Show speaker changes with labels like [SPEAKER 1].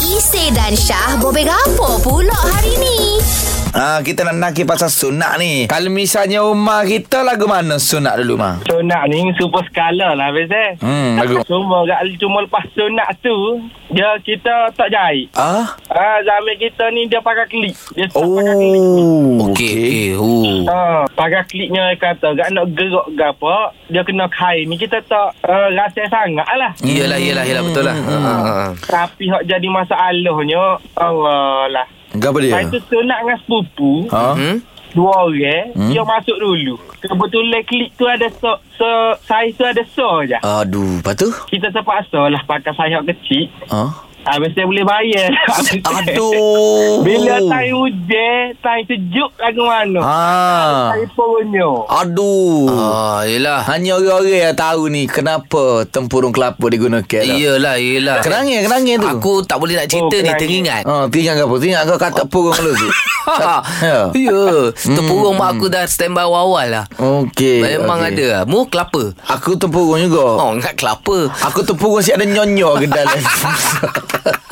[SPEAKER 1] Isi dan Syah bobek apa pula hari ni?
[SPEAKER 2] Ah, kita nak nakir pasal sunat ni. Kalau misalnya rumah kita lagu mana sunat dulu, Ma?
[SPEAKER 3] Sunat ni super skala lah Abis eh
[SPEAKER 2] Hmm, lagu.
[SPEAKER 3] Cuma, gak- cuma lepas sunat tu Dia kita tak jahit
[SPEAKER 2] Ah?
[SPEAKER 3] Ah, zaman kita ni dia pakai klik Dia start pakai klik
[SPEAKER 2] Oh.
[SPEAKER 4] Okey, okey. Oh.
[SPEAKER 3] Ha, pakai kliknya dia kata gak nak gerak ke apa dia kena kain ni kita tak uh, rasa sangat lah
[SPEAKER 4] Iyalah, iyalah, iyalah betul lah. Ha, ha, ha.
[SPEAKER 3] tapi hak jadi masalahnya Allah lah
[SPEAKER 2] Gapa dia?
[SPEAKER 3] lepas tu sunat dengan sepupu
[SPEAKER 2] Ya. Ha? Hmm.
[SPEAKER 4] Hmm?
[SPEAKER 3] dua orang dia masuk dulu kebetulan klik tu ada so, so saiz tu ada so je
[SPEAKER 2] Ha.
[SPEAKER 4] Aduh, lepas tu?
[SPEAKER 3] kita terpaksa lah pakai saiz hak kecil
[SPEAKER 2] Ha?
[SPEAKER 3] habis dia Ah, boleh bayar Habis tu-
[SPEAKER 4] Aduh.
[SPEAKER 3] bila time hujan time sejuk lagu mana
[SPEAKER 2] Ha.
[SPEAKER 3] time punya
[SPEAKER 2] Aduh.
[SPEAKER 4] Ah, iyalah.
[SPEAKER 2] Hanya orang-orang yang tahu ni kenapa tempurung kelapa digunakan. tau.
[SPEAKER 4] Iyalah, iyalah.
[SPEAKER 2] Kerangin, kerangin tu.
[SPEAKER 4] Aku tak boleh nak cerita
[SPEAKER 3] Oh,
[SPEAKER 4] ni
[SPEAKER 3] kerangin.
[SPEAKER 4] teringat.
[SPEAKER 2] Ha, tinggal apa? Tinggal kau kata purung lu tu.
[SPEAKER 4] Ha,
[SPEAKER 2] Ya.
[SPEAKER 4] ya. Terpurung mak aku dah stand by awal-awal lah.
[SPEAKER 2] Okey.
[SPEAKER 4] Memang
[SPEAKER 2] okey.
[SPEAKER 4] ada. lah. Mu kelapa.
[SPEAKER 2] Aku tempurung juga.
[SPEAKER 4] Oh, ingat kelapa.
[SPEAKER 2] Aku tempurung si ada nyonyo ke dalam.